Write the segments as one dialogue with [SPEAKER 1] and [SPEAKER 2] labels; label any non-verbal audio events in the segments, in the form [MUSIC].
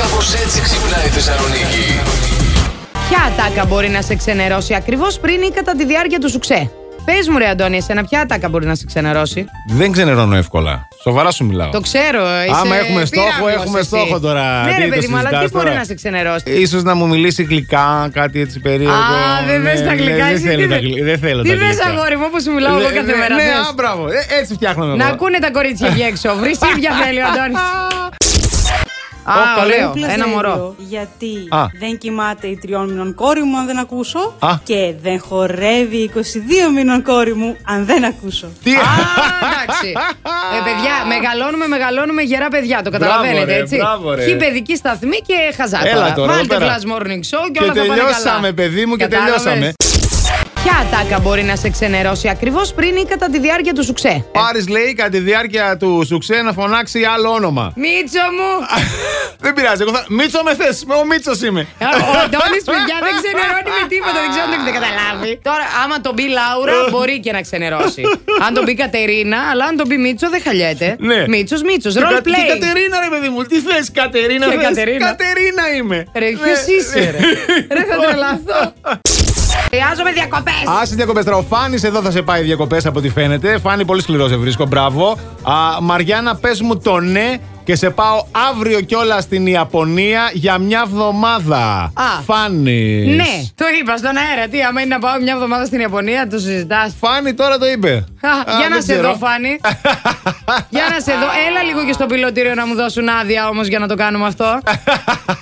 [SPEAKER 1] Κάπως έτσι ξυπνάει η Θεσσαλονίκη.
[SPEAKER 2] Ποια ατάκα μπορεί να σε ξενερώσει ακριβώς πριν ή κατά τη διάρκεια του σουξέ. Πες μου, ρε Αντώνη, εσένα ποια ατάκα μπορεί να σε ξενερώσει.
[SPEAKER 3] Δεν ξενερώνω εύκολα. Σοβαρά σου μιλάω.
[SPEAKER 2] Το ξέρω, είσαι
[SPEAKER 3] Άμα έχουμε στόχο,
[SPEAKER 2] πύραυλος
[SPEAKER 3] έχουμε
[SPEAKER 2] εσύ.
[SPEAKER 3] στόχο τώρα.
[SPEAKER 2] Ναι,
[SPEAKER 3] Τι
[SPEAKER 2] ρε
[SPEAKER 3] το
[SPEAKER 2] παιδί μου, αλλά τι
[SPEAKER 3] συζητάς
[SPEAKER 2] μπορεί
[SPEAKER 3] τώρα?
[SPEAKER 2] να σε ξενερώσει.
[SPEAKER 3] Ίσως να μου μιλήσει γλυκά, κάτι έτσι περίεργο.
[SPEAKER 2] Α, δεν
[SPEAKER 3] Ναι,
[SPEAKER 2] θες τα
[SPEAKER 3] ναι,
[SPEAKER 2] γλυκά,
[SPEAKER 3] Δεν
[SPEAKER 2] εσύ
[SPEAKER 3] θέλω
[SPEAKER 2] τι
[SPEAKER 3] τα
[SPEAKER 2] θε-
[SPEAKER 3] γλυκά. Δεν θέλω
[SPEAKER 2] Τι
[SPEAKER 3] τα
[SPEAKER 2] θες,
[SPEAKER 3] γλυκά.
[SPEAKER 2] αγόρι μου, όπως μιλάω εγώ
[SPEAKER 3] Ναι,
[SPEAKER 2] κάθε
[SPEAKER 3] ναι,
[SPEAKER 2] μέρα.
[SPEAKER 3] Ναι,
[SPEAKER 2] θες.
[SPEAKER 3] α, μπράβο. Ε, Έτσι φτιάχνομαι.
[SPEAKER 2] Να
[SPEAKER 3] εγώ.
[SPEAKER 2] ακούνε τα κορίτσια εκεί έξω. Βρυσίδια θέλει ο
[SPEAKER 3] [LAUGHS]
[SPEAKER 2] Αντώνης. Α,
[SPEAKER 3] Ω, καλέ.
[SPEAKER 2] ωραίο. Ένα μωρό.
[SPEAKER 4] Γιατί
[SPEAKER 3] Α.
[SPEAKER 4] δεν κοιμάται η τριών μηνών κόρη μου αν δεν ακούσω.
[SPEAKER 3] Α.
[SPEAKER 4] Και δεν χορεύει η 22 μηνών κόρη μου αν δεν ακούσω.
[SPEAKER 3] Τι.
[SPEAKER 2] Α,
[SPEAKER 3] [LAUGHS]
[SPEAKER 2] εντάξει. Ε, παιδιά, μεγαλώνουμε, μεγαλώνουμε γερά παιδιά. Το καταλαβαίνετε,
[SPEAKER 3] Μπράβο, ρε,
[SPEAKER 2] έτσι.
[SPEAKER 3] μπράβο, ρε.
[SPEAKER 2] Χι παιδική σταθμή και χαζά
[SPEAKER 3] Έλα
[SPEAKER 2] τώρα.
[SPEAKER 3] τώρα, εδώ
[SPEAKER 2] Βάλτε
[SPEAKER 3] πέρα.
[SPEAKER 2] Flash Morning Show και,
[SPEAKER 3] Και
[SPEAKER 2] όλα θα πάνε καλά.
[SPEAKER 3] τελειώσαμε, παιδί μου, και
[SPEAKER 2] Κατάλαβες?
[SPEAKER 3] τελειώσαμε.
[SPEAKER 2] Ποια ατάκα μπορεί να σε ξενερώσει ακριβώς πριν ή κατά τη διάρκεια του σουξέ.
[SPEAKER 3] Πάρεις, λέει, κατά τη διάρκεια του σουξέ να φωνάξει άλλο όνομα. [LAUGHS]
[SPEAKER 2] Μίτσο μου!
[SPEAKER 3] Δεν πειράζει. Εγώ θα... Μίτσο με θες. Ο Μίτσος είμαι.
[SPEAKER 2] Ε, Ο Αντώνης, παιδιά, δεν ξενερώνει με τίποτα. Δεν ξέρω αν το έχετε καταλάβει. Τώρα, άμα τον πει Λάουρα, μπορεί και να ξενερώσει. Αν τον πει Κατερίνα, αλλά αν τον πει Μίτσο, δεν χαλιέται.
[SPEAKER 3] Ναι.
[SPEAKER 2] Μίτσος, Μίτσος.
[SPEAKER 3] Και
[SPEAKER 2] Ρολ
[SPEAKER 3] Κα- και Κατερίνα, ρε παιδί μου, τι θες, Κατερίνα.
[SPEAKER 2] Ποια
[SPEAKER 3] θες?
[SPEAKER 2] Κατερίνα?
[SPEAKER 3] Κατερίνα είμαι.
[SPEAKER 2] Ρε,
[SPEAKER 3] Ναι.
[SPEAKER 2] ποιος
[SPEAKER 3] [LAUGHS]
[SPEAKER 2] είσαι, ρε. Ρε, θα τρελαθώ. Χρειάζομαι διακοπές.
[SPEAKER 3] Άσε διακοπές τώρα. Ο Φάνης εδώ θα σε πάει διακοπές από ό,τι φαίνεται. Φάνη πολύ σκληρό, σε βρίσκω. Μπράβο. Α, Μαριάννα, πες μου το ναι και σε πάω αύριο κιόλα στην Ιαπωνία για μια βδομάδα.
[SPEAKER 2] Α.
[SPEAKER 3] Φάνης.
[SPEAKER 2] Ναι, το είπα στον αέρα. Τι, άμα είναι να πάω μια εβδομάδα στην Ιαπωνία, το συζητάς.
[SPEAKER 3] Φάνη τώρα το είπε.
[SPEAKER 2] Α, για
[SPEAKER 3] δεν
[SPEAKER 2] να σε
[SPEAKER 3] ξέρω.
[SPEAKER 2] δω, Φάνη.
[SPEAKER 3] [LAUGHS]
[SPEAKER 2] για να σε δω. Έλα λίγο και στο πιλωτήριο να μου δώσουν άδεια όμως για να το κάνουμε αυτό.
[SPEAKER 3] [LAUGHS]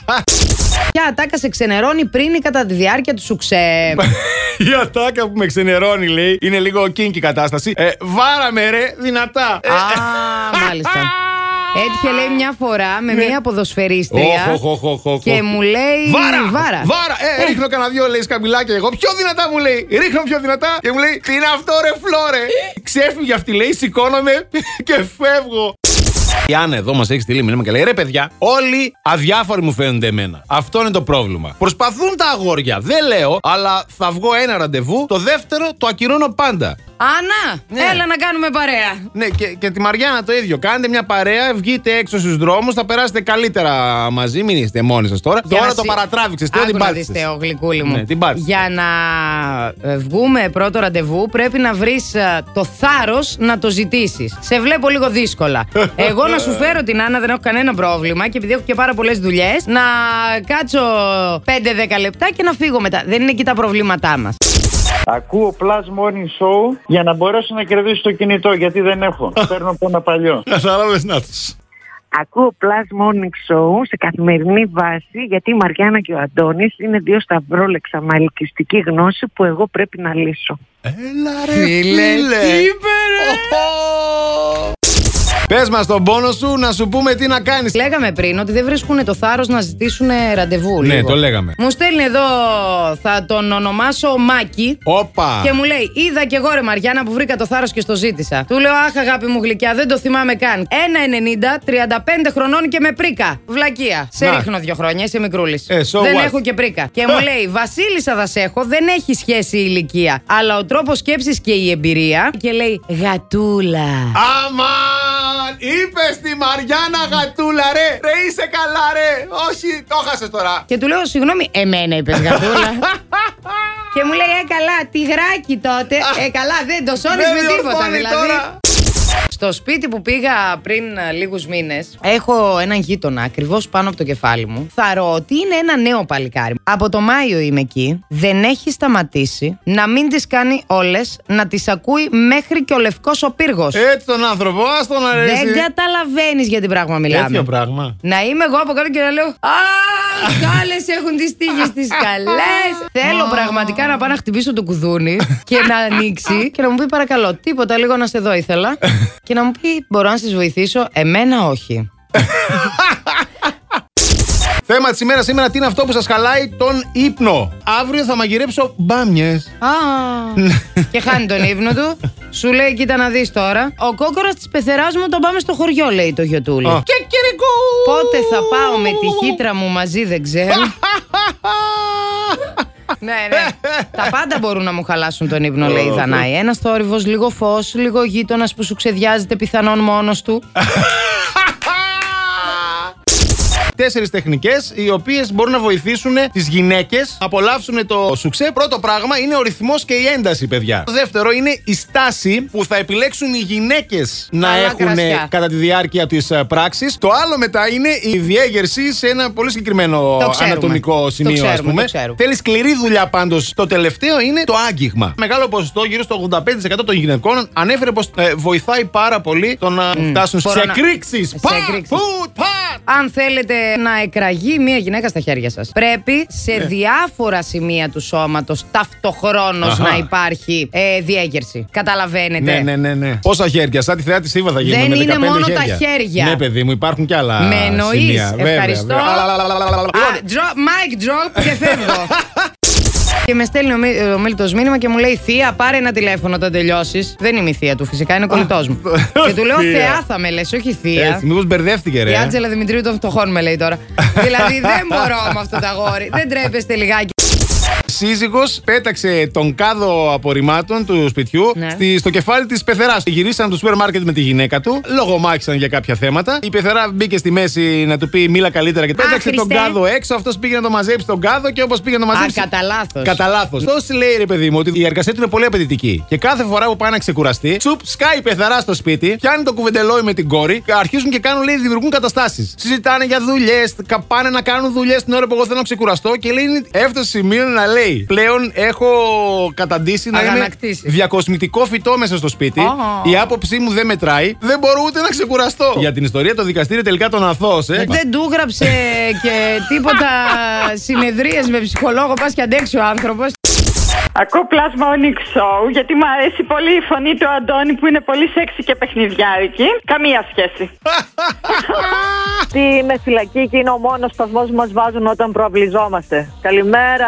[SPEAKER 2] Ποια ατάκα σε ξενερώνει πριν ή κατά τη διάρκεια του σουξέ.
[SPEAKER 3] Η ατάκα που με ξενερώνει, λέει, είναι λίγο κίνκι κατάσταση. Ε, βάραμε, ρε, δυνατά. Ε,
[SPEAKER 2] Α, μάλιστα. Έτυχε λέει μια φορά
[SPEAKER 3] Ναι.
[SPEAKER 2] με μια ποδοσφαιρίστρια
[SPEAKER 3] Οχ, οχ, οχ, οχ, οχ.
[SPEAKER 2] και μου λέει
[SPEAKER 3] Βάρα!
[SPEAKER 2] Ε, Βάρα!
[SPEAKER 3] Βάρα! Ε, ρίχνω κανένα δυο λέει σκαμπιλάκια εγώ. Πιο δυνατά μου λέει. Ρίχνω πιο δυνατά και μου λέει Τι είναι αυτό ρε φλόρε. Ξέφυγε αυτή λέει, σηκώνομαι και φεύγω. Η Άννα εδώ μας έχει στείλει μήνυμα και λέει: Ρε παιδιά, όλοι αδιάφοροι μου φαίνονται εμένα. Αυτό είναι το πρόβλημα. Προσπαθούν τα αγόρια, δεν λέω, αλλά θα βγω ένα ραντεβού. Το δεύτερο το ακυρώνω πάντα.
[SPEAKER 2] Άννα,
[SPEAKER 3] Ναι.
[SPEAKER 2] έλα να κάνουμε παρέα.
[SPEAKER 3] Ναι, και, και τη Μαριάννα το ίδιο. Κάντε μια παρέα, βγείτε έξω στους δρόμους, θα περάσετε καλύτερα μαζί. Μην είστε μόνοι σας τώρα.
[SPEAKER 2] Για
[SPEAKER 3] τώρα
[SPEAKER 2] να
[SPEAKER 3] το
[SPEAKER 2] συ-
[SPEAKER 3] παρατράβηξες.
[SPEAKER 2] Άκου
[SPEAKER 3] Τώρα την
[SPEAKER 2] να
[SPEAKER 3] πάτησες.
[SPEAKER 2] δεις, Θεό, γλυκούλη μου.
[SPEAKER 3] Ναι, την πάτησες.
[SPEAKER 2] Για να ε, βγούμε πρώτο ραντεβού, πρέπει να βρεις το θάρρος να το ζητήσεις. Σε βλέπω λίγο
[SPEAKER 3] [LAUGHS]
[SPEAKER 2] δύσκολα. Εγώ να σου φέρω την Άννα, δεν έχω κανένα πρόβλημα και επειδή έχω και πάρα πολλές δουλειές, να κάτσω 5-10 λεπτά και να φύγω μετά. Δεν είναι εκεί τα προβλήματά μας.
[SPEAKER 5] Ακούω Plus Morning Show για να μπορέσω να κερδίσω το κινητό γιατί δεν [LAUGHS] έχω. Παίρνω από ένα παλιό.
[SPEAKER 3] Κατάλαβε να τους.
[SPEAKER 6] Ακούω Plus Morning Show σε καθημερινή βάση γιατί η Μαριάννα και ο Αντώνης είναι δύο σταυρόλεξα με αλκυστική γνώση που εγώ πρέπει να λύσω.
[SPEAKER 3] Έλα ρε
[SPEAKER 2] Φίλε,
[SPEAKER 3] φίλε.
[SPEAKER 2] τι είπε, ρε.
[SPEAKER 3] Πες μας τον πόνο σου να σου πούμε τι να κάνεις.
[SPEAKER 2] Λέγαμε πριν ότι δεν βρίσκουν το θάρρος να ζητήσουν ραντεβού.
[SPEAKER 3] Ναι,
[SPEAKER 2] λίγο.
[SPEAKER 3] το λέγαμε.
[SPEAKER 2] Μου στέλνει εδώ, θα τον ονομάσω Μάκη.
[SPEAKER 3] Όπα.
[SPEAKER 2] Και μου λέει, είδα και εγώ ρε Μαριάννα που βρήκα το θάρρος και στο ζήτησα. Του λέω, Αχ, αγάπη μου γλυκιά, δεν το θυμάμαι καν. 1,90, 35 χρονών και με πρίκα. Βλακεία. Σε
[SPEAKER 3] Να.
[SPEAKER 2] ρίχνω δύο χρόνια, είσαι μικρούλης.
[SPEAKER 3] Ε, so
[SPEAKER 2] δεν
[SPEAKER 3] what?
[SPEAKER 2] έχω και πρίκα.
[SPEAKER 3] [LAUGHS]
[SPEAKER 2] Και μου λέει, Βασίλισσα θα σε έχω, δεν έχει σχέση η ηλικία. Αλλά ο τρόπος σκέψης και η εμπειρία. Και λέει, Γατούλα.
[SPEAKER 3] Αμάν! Είπες τη Μαριάννα γατούλα, ρε! Ρε είσαι καλά, ρε! Όχι, το χάσες τώρα.
[SPEAKER 2] Και του λέω, συγγνώμη, εμένα είπες
[SPEAKER 3] [LAUGHS]
[SPEAKER 2] γατούλα. και μου λέει, ε καλά, τυγράκι τότε. ε καλά, δεν το σώνεις
[SPEAKER 3] Δεν
[SPEAKER 2] με τίποτα
[SPEAKER 3] διορθώνει
[SPEAKER 2] δηλαδή.
[SPEAKER 3] τώρα.
[SPEAKER 2] Στο σπίτι που πήγα πριν α, λίγους μήνες έχω έναν γείτονα ακριβώς πάνω από το κεφάλι μου. Θαρώ ότι είναι ένα νέο παλικάρι. Από το Μάιο είμαι εκεί. Δεν έχει σταματήσει να μην τις κάνει όλες, να τις ακούει μέχρι και ο λευκός ο πύργος.
[SPEAKER 3] Έτσι τον άνθρωπο, ας τον αρέσει.
[SPEAKER 2] Δεν καταλαβαίνεις για την πράγμα μιλάμε.
[SPEAKER 3] Τέτοιο πράγμα.
[SPEAKER 2] Να είμαι εγώ από κάτω και να λέω Α, κάλες έχουν τις τύχες τις καλές. Θέλω πραγματικά να πάω να χτυπήσω το κουδούνι και να ανοίξει και να μου πει παρακαλώ, τίποτα λίγο να σε δω ήθελα. και να μου πει μπορώ να σας βοηθήσω. Εμένα όχι.
[SPEAKER 3] Θέμα της ημέρας σήμερα, τι είναι αυτό που σας χαλάει τον ύπνο. Αύριο θα μαγειρέψω μπάμιες.
[SPEAKER 2] Α, [LAUGHS] και χάνει τον ύπνο του. Σου λέει, κοίτα να δεις τώρα. Ο κόκορας της πεθεράς μου τον πάμε στο χωριό, λέει το γιοτούλι.
[SPEAKER 3] Και κυρικού!
[SPEAKER 2] Πότε θα πάω με τη
[SPEAKER 3] [LAUGHS]
[SPEAKER 2] χύτρα μου μαζί, δεν ξέρω. Ναι, ναι. Τα πάντα μπορούν να μου χαλάσουν τον ύπνο, λέει η Δανάη. Ένας θόρυβος, λίγο φως, λίγο γείτονας που σου ξεδιάζεται πιθανόν μόνος του.
[SPEAKER 3] τέσσερις τεχνικές οι οποίες μπορούν να βοηθήσουν τις γυναίκες να απολαύσουν το σουξέ. Πρώτο πράγμα είναι ο ρυθμός και η ένταση, παιδιά. Το δεύτερο είναι η στάση που θα επιλέξουν οι γυναίκες να
[SPEAKER 2] Καλά
[SPEAKER 3] έχουν ε,
[SPEAKER 2] κρασιά.
[SPEAKER 3] κατά τη διάρκεια της πράξης. Το άλλο μετά είναι η διέγερση σε ένα πολύ συγκεκριμένο
[SPEAKER 2] Το ξέρουμε.
[SPEAKER 3] ανατομικό
[SPEAKER 2] Το
[SPEAKER 3] σημείο, ας
[SPEAKER 2] ξέρουμε,
[SPEAKER 3] πούμε.
[SPEAKER 2] το ξέρουμε.
[SPEAKER 3] Θέλει σκληρή δουλειά πάντως. Το τελευταίο είναι το άγγιγμα. Μεγάλο ποσοστό, γύρω στο 85% των γυναικών, ανέφερε πως βοηθάει πάρα πολύ το να φτάσουν
[SPEAKER 2] Μπορώ
[SPEAKER 3] σε
[SPEAKER 2] να-
[SPEAKER 3] εκρήξεις.
[SPEAKER 2] σε εκρήξεις. Αν θέλετε να εκραγεί μία γυναίκα στα χέρια σας, πρέπει σε
[SPEAKER 3] Ναι.
[SPEAKER 2] διάφορα σημεία του σώματος ταυτοχρόνως
[SPEAKER 3] Αχα.
[SPEAKER 2] να υπάρχει ε, διέγερση. Καταλαβαίνετε.
[SPEAKER 3] Ναι, ναι, ναι, ναι. Πόσα χέρια, σαν τη θεά της Σίβα θα γίνουμε
[SPEAKER 2] Ε, Δεν
[SPEAKER 3] με 15
[SPEAKER 2] είναι μόνο τα
[SPEAKER 3] χέρια.
[SPEAKER 2] χέρια.
[SPEAKER 3] Ναι, παιδί μου, υπάρχουν κι άλλα.
[SPEAKER 2] Με εννοείς.
[SPEAKER 3] σημεία. Βέβαια,
[SPEAKER 2] Ευχαριστώ.
[SPEAKER 3] βέβαια.
[SPEAKER 2] Α, drop- Mic drop και φεύγω.
[SPEAKER 3] [LAUGHS]
[SPEAKER 2] Και με στέλνει ο, Μι- ο Μίλτος μήνυμα και μου λέει: Θεία, πάρε ένα τηλέφωνο όταν τελειώσεις. Δεν είμαι η θεία του, φυσικά είναι ο κολλητός μου. και του λέω:
[SPEAKER 3] [LAUGHS] Θεία.
[SPEAKER 2] Θεά θα με λες, όχι θεία.
[SPEAKER 3] Έτσι, μήπως μπερδεύτηκε, ρε.
[SPEAKER 2] Η Άτζελα Δημητρίου των Φτωχών με λέει
[SPEAKER 3] [LAUGHS]
[SPEAKER 2] τώρα. δηλαδή δεν μπορώ με αυτό το αγόρι. Δεν τρέπεστε λιγάκι.
[SPEAKER 3] Σύζυγος πέταξε τον κάδο απορριμμάτων του σπιτιού
[SPEAKER 2] Ναι.
[SPEAKER 3] στη, στο κεφάλι της πεθεράς. Γυρίσαν από το σούπερ μάρκετ με τη γυναίκα του, λογομάχησαν για κάποια θέματα. Η πεθερά μπήκε στη μέση να του πει μίλα καλύτερα και πέταξε τον
[SPEAKER 2] Χριστέ.
[SPEAKER 3] κάδο έξω. Αυτός πήγε να το μαζέψει τον κάδο και όπως πήγε να το
[SPEAKER 2] Α,
[SPEAKER 3] μαζέψει.
[SPEAKER 2] κατά λάθος.
[SPEAKER 3] Κατά λάθος. Τόσο λέει ρε παιδί μου ότι η εργασία του είναι πολύ απαιτητική. Και κάθε φορά που πάει να ξεκουραστεί, τσουπ, σκάει η πεθαρά στο σπίτι, πιάνει το κουβεντελόι με την κόρη και αρχίζουν και κάνουν, λέει, δημιουργούν καταστάσεις. Συζητάνε για δουλειές, πάνε να κάνουν δουλειές την ώρα που εγώ θέλω να ξεκουραστώ και λέει, έφτασε σημείο να λέει. Πλέον έχω καταντήσει να είμαι
[SPEAKER 2] Αγανακτήσει.
[SPEAKER 3] διακοσμητικό φυτό μέσα στο σπίτι.
[SPEAKER 2] Ω.
[SPEAKER 3] Η άποψή μου δεν μετράει. Δεν μπορώ ούτε να ξεκουραστώ. Για την ιστορία το δικαστήριο τελικά τον αθώωσε.
[SPEAKER 2] Ε, Δεν του γράψε και τίποτα συνεδρίες με ψυχολόγο. Πας και αντέξει ο άνθρωπος.
[SPEAKER 7] Ακούω Plus Morning Show γιατί μου αρέσει πολύ η φωνή του Αντώνη που είναι πολύ σεξι και παιχνιδιάρικη. Καμία σχέση.
[SPEAKER 8] Τι είναι φυλακή και είναι ο μόνος σταθμός που μας βάζουν όταν προαυλιζόμαστε. Καλημέρα.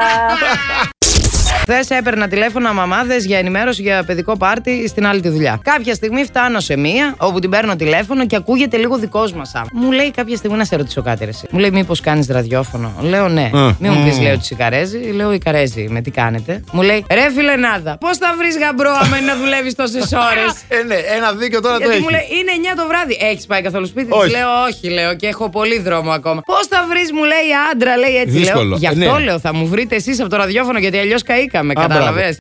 [SPEAKER 2] Χθες έπαιρνα τηλέφωνα μαμάδες για ενημέρωση για παιδικό πάρτι στην άλλη τη δουλειά. Κάποια στιγμή φτάνω σε μία, όπου την παίρνω τηλέφωνο και ακούγεται λίγο δικός μας. Μου λέει κάποια στιγμή να σε ρωτήσω κάτι, ρε. εσύ». Μου λέει, Μήπως κάνεις ραδιόφωνο. Λέω, Ναι.
[SPEAKER 3] Ε,
[SPEAKER 2] Μην μου πεις, λέω, τη Σικαρέζη. Λέω, Η Καρέζη, με τι κάνετε. Μου λέει, Ρε φιλενάδα, πώς θα βρεις γαμπρό άμα να δουλεύεις τόσες
[SPEAKER 3] [LAUGHS]
[SPEAKER 2] ώρες.
[SPEAKER 3] Ε, ναι, ένα δίκιο τώρα το
[SPEAKER 2] Γιατί
[SPEAKER 3] έχει.
[SPEAKER 2] μου λέει είναι 9 το βράδυ. Έχεις πάει καθόλου σπίτι.
[SPEAKER 3] Όχι.
[SPEAKER 2] Της Λέω όχι, λέω και έχω πολύ δρόμο ακόμα. Πώς θα βρεις, μου λέει άντρα, λέει έτσι.
[SPEAKER 3] Δύσκολο.
[SPEAKER 2] Λέω, Γι'
[SPEAKER 3] Ε,
[SPEAKER 2] αυτό
[SPEAKER 3] ναι.
[SPEAKER 2] λέω θα μου βρείτε εσείς από το ραδιόφωνο γιατί αλλιώς καήκαμε.
[SPEAKER 3] μπράβο.
[SPEAKER 2] Κατάλαβε.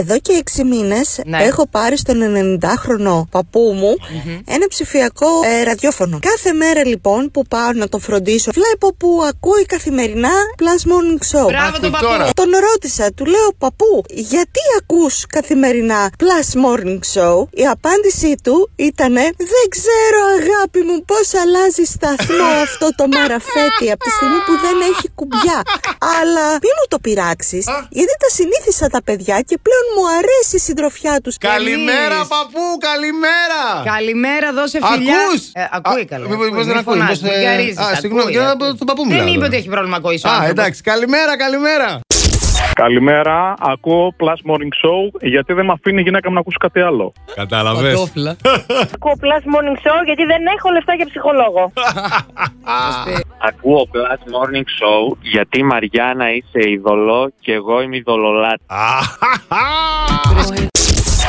[SPEAKER 9] Εδώ και 6 μήνες
[SPEAKER 2] Ναι.
[SPEAKER 9] έχω πάρει στον 90χρονο παππού μου ένα ψηφιακό ε, ραδιόφωνο. Κάθε μέρα λοιπόν που πάω να τον φροντίσω, βλέπω που ακούει καθημερινά Plus Morning Show.
[SPEAKER 2] Μπράβο τον
[SPEAKER 3] Άκου
[SPEAKER 2] παππού.
[SPEAKER 3] τώρα.
[SPEAKER 9] Τον ρώτησα, του λέω παππού, γιατί ακούς καθημερινά Plus Morning Show. Η απάντησή του ήταν δεν ξέρω αγάπη μου πώς αλλάζει σταθμό αυτό το μαραφέτη από τη στιγμή που δεν έχει κουμπιά. Αλλά μη μου το πειράξεις, γιατί τα συνήθισα τα παιδιά και πλέον μου αρέσει η συντροφιά τους.
[SPEAKER 3] Καλημέρα,
[SPEAKER 2] Εμείς.
[SPEAKER 3] παππού, καλημέρα!
[SPEAKER 2] Καλημέρα, δώσε φιλιά.
[SPEAKER 3] Ακούς!
[SPEAKER 2] Ε, ακούει
[SPEAKER 3] Α,
[SPEAKER 2] καλά.
[SPEAKER 3] μήπως-
[SPEAKER 2] ακούει,
[SPEAKER 3] μήπως δεν
[SPEAKER 2] μη
[SPEAKER 3] ακούει,
[SPEAKER 2] φωνάζεις,
[SPEAKER 3] μήπως, ε,
[SPEAKER 2] βουλγαρίζεις,
[SPEAKER 3] α,
[SPEAKER 2] ακούει,
[SPEAKER 3] συγγνώμη,
[SPEAKER 2] ακούει. ε.
[SPEAKER 3] και από τον παππού μου
[SPEAKER 2] Δεν
[SPEAKER 3] μιλάω
[SPEAKER 2] είπε
[SPEAKER 3] τώρα.
[SPEAKER 2] ότι έχει πρόβλημα ακοής ο
[SPEAKER 3] Α,
[SPEAKER 2] άνθρωπος.
[SPEAKER 3] εντάξει, καλημέρα, καλημέρα.
[SPEAKER 5] Καλημέρα, ακούω Plus Morning Show γιατί δεν με αφήνει η γυναίκα μου να ακούσει κάτι άλλο.
[SPEAKER 3] Κατάλαβες.
[SPEAKER 2] Κοτόφλα.
[SPEAKER 8] Ακούω Plus Morning Show γιατί δεν έχω λεφτά για ψυχολόγο.
[SPEAKER 10] Ακούω Plus Morning Show γιατί Μαριάννα είσαι ειδωλό και εγώ είμαι ειδωλολάτη.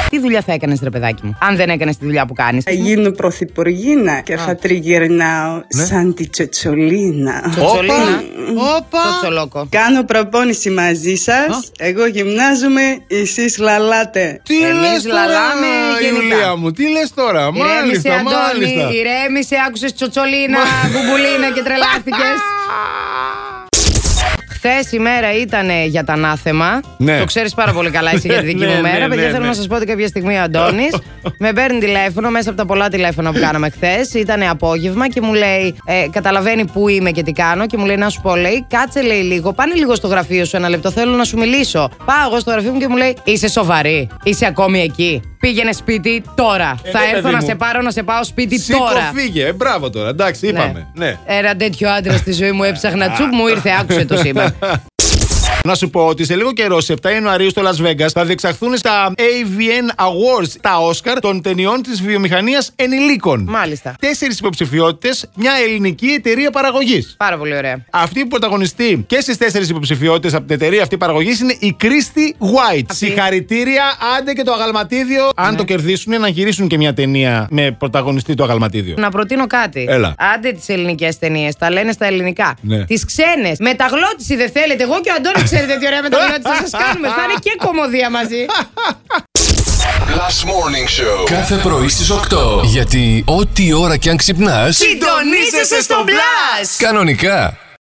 [SPEAKER 2] Τι δουλειά θα έκανες, ρε παιδάκι μου, αν δεν έκανες τη δουλειά που κάνεις.
[SPEAKER 3] Ε,
[SPEAKER 7] γίνω πρωθυπουργίνα και θα τριγυρνάω
[SPEAKER 3] Ναι.
[SPEAKER 7] σαν τη Τσοτσολίνα.
[SPEAKER 2] Τσοτσολίνα. Το
[SPEAKER 7] Όπα!
[SPEAKER 2] τσολόκο.
[SPEAKER 7] Κάνω προπόνηση μαζί σας. Εγώ γυμνάζομαι, εσείς λαλάτε.
[SPEAKER 3] Τι
[SPEAKER 2] Εμείς
[SPEAKER 3] λες τώρα,
[SPEAKER 2] λαλάμε γενικά.
[SPEAKER 3] Ιουλία μου, τι λες τώρα,
[SPEAKER 2] Ηρέμησε,
[SPEAKER 3] μάλιστα, μάλιστα.
[SPEAKER 2] Αντώνη, ηρέμησε, άκουσες τσοτσολίνα, μπουμπουλίνα και τρελάθηκες Χθες η μέρα ήταν για τα ανάθεμα.
[SPEAKER 3] Ναι.
[SPEAKER 2] Το ξέρεις πάρα πολύ καλά εσύ για τη δική
[SPEAKER 3] Ναι,
[SPEAKER 2] μου
[SPEAKER 3] ναι,
[SPEAKER 2] μέρα.
[SPEAKER 3] ναι,
[SPEAKER 2] Παιδιά,
[SPEAKER 3] ναι,
[SPEAKER 2] θέλω
[SPEAKER 3] ναι.
[SPEAKER 2] να σας πω ότι κάποια στιγμή ο Αντώνης
[SPEAKER 3] [LAUGHS]
[SPEAKER 2] με παίρνει τηλέφωνο μέσα από τα πολλά τηλέφωνα που κάναμε χθες. Ήταν απόγευμα και μου λέει, ε, καταλαβαίνει πού είμαι και τι κάνω και μου λέει να σου πω, λέει, κάτσε λέει λίγο, πάνε λίγο στο γραφείο σου ένα λεπτό, θέλω να σου μιλήσω. Πάω εγώ στο γραφείο μου και μου λέει, είσαι σοβαρή, είσαι ακόμη εκεί. Πήγαινε σπίτι τώρα.
[SPEAKER 3] Ε,
[SPEAKER 2] Θα
[SPEAKER 3] ναι,
[SPEAKER 2] έρθω
[SPEAKER 3] παιδί
[SPEAKER 2] να
[SPEAKER 3] μου.
[SPEAKER 2] σε πάρω να σε πάω σπίτι
[SPEAKER 3] Σήκω,
[SPEAKER 2] τώρα. Ε.
[SPEAKER 3] φύγε. Ε, Μπράβο τώρα, εντάξει, είπαμε. Ναι. [LAUGHS]
[SPEAKER 2] Ένα τέτοιο άντρα στη ζωή μου έψαχνα τσουπ, μου ήρθε, άκουσε το σήμα.
[SPEAKER 3] Να σου πω ότι σε λίγο καιρό, σε 7 Ιανουαρίου στο Las Vegas, θα διεξαχθούν στα AVN Awards τα Oscar των ταινιών της βιομηχανίας ενηλίκων.
[SPEAKER 2] Μάλιστα.
[SPEAKER 3] Τέσσερις υποψηφιότητες, μια ελληνική εταιρεία παραγωγής.
[SPEAKER 2] Πάρα πολύ ωραία.
[SPEAKER 3] Αυτή που πρωταγωνιστεί και στις τέσσερις υποψηφιότητες από την εταιρεία αυτή παραγωγής είναι η Κρίστη White. Συγχαρητήρια, άντε και το αγαλματίδιο. Αν το κερδίσουν, να γυρίσουν και μια ταινία με πρωταγωνιστή το αγαλματίδιο.
[SPEAKER 2] Να προτείνω κάτι.
[SPEAKER 3] Έλα.
[SPEAKER 2] Άντε τις ελληνικές ταινίες, τα λένε στα ελληνικά.
[SPEAKER 3] Ναι.
[SPEAKER 2] Τις ξένες. Μεταγλώτηση δεν θέλετε. Εγώ και ο Αντώνης ξέρετε τι ωραία μεταγλώτηση θα σας κάνουμε. Θα είναι και κομμωδία
[SPEAKER 3] [LAUGHS]
[SPEAKER 2] μαζί.
[SPEAKER 1] Last Morning Show.
[SPEAKER 11] Κάθε πρωί στις 8. Γιατί ό,τι ώρα κι αν ξυπνάς
[SPEAKER 2] Συντονίζεσαι στο Blast!
[SPEAKER 11] Κανονικά.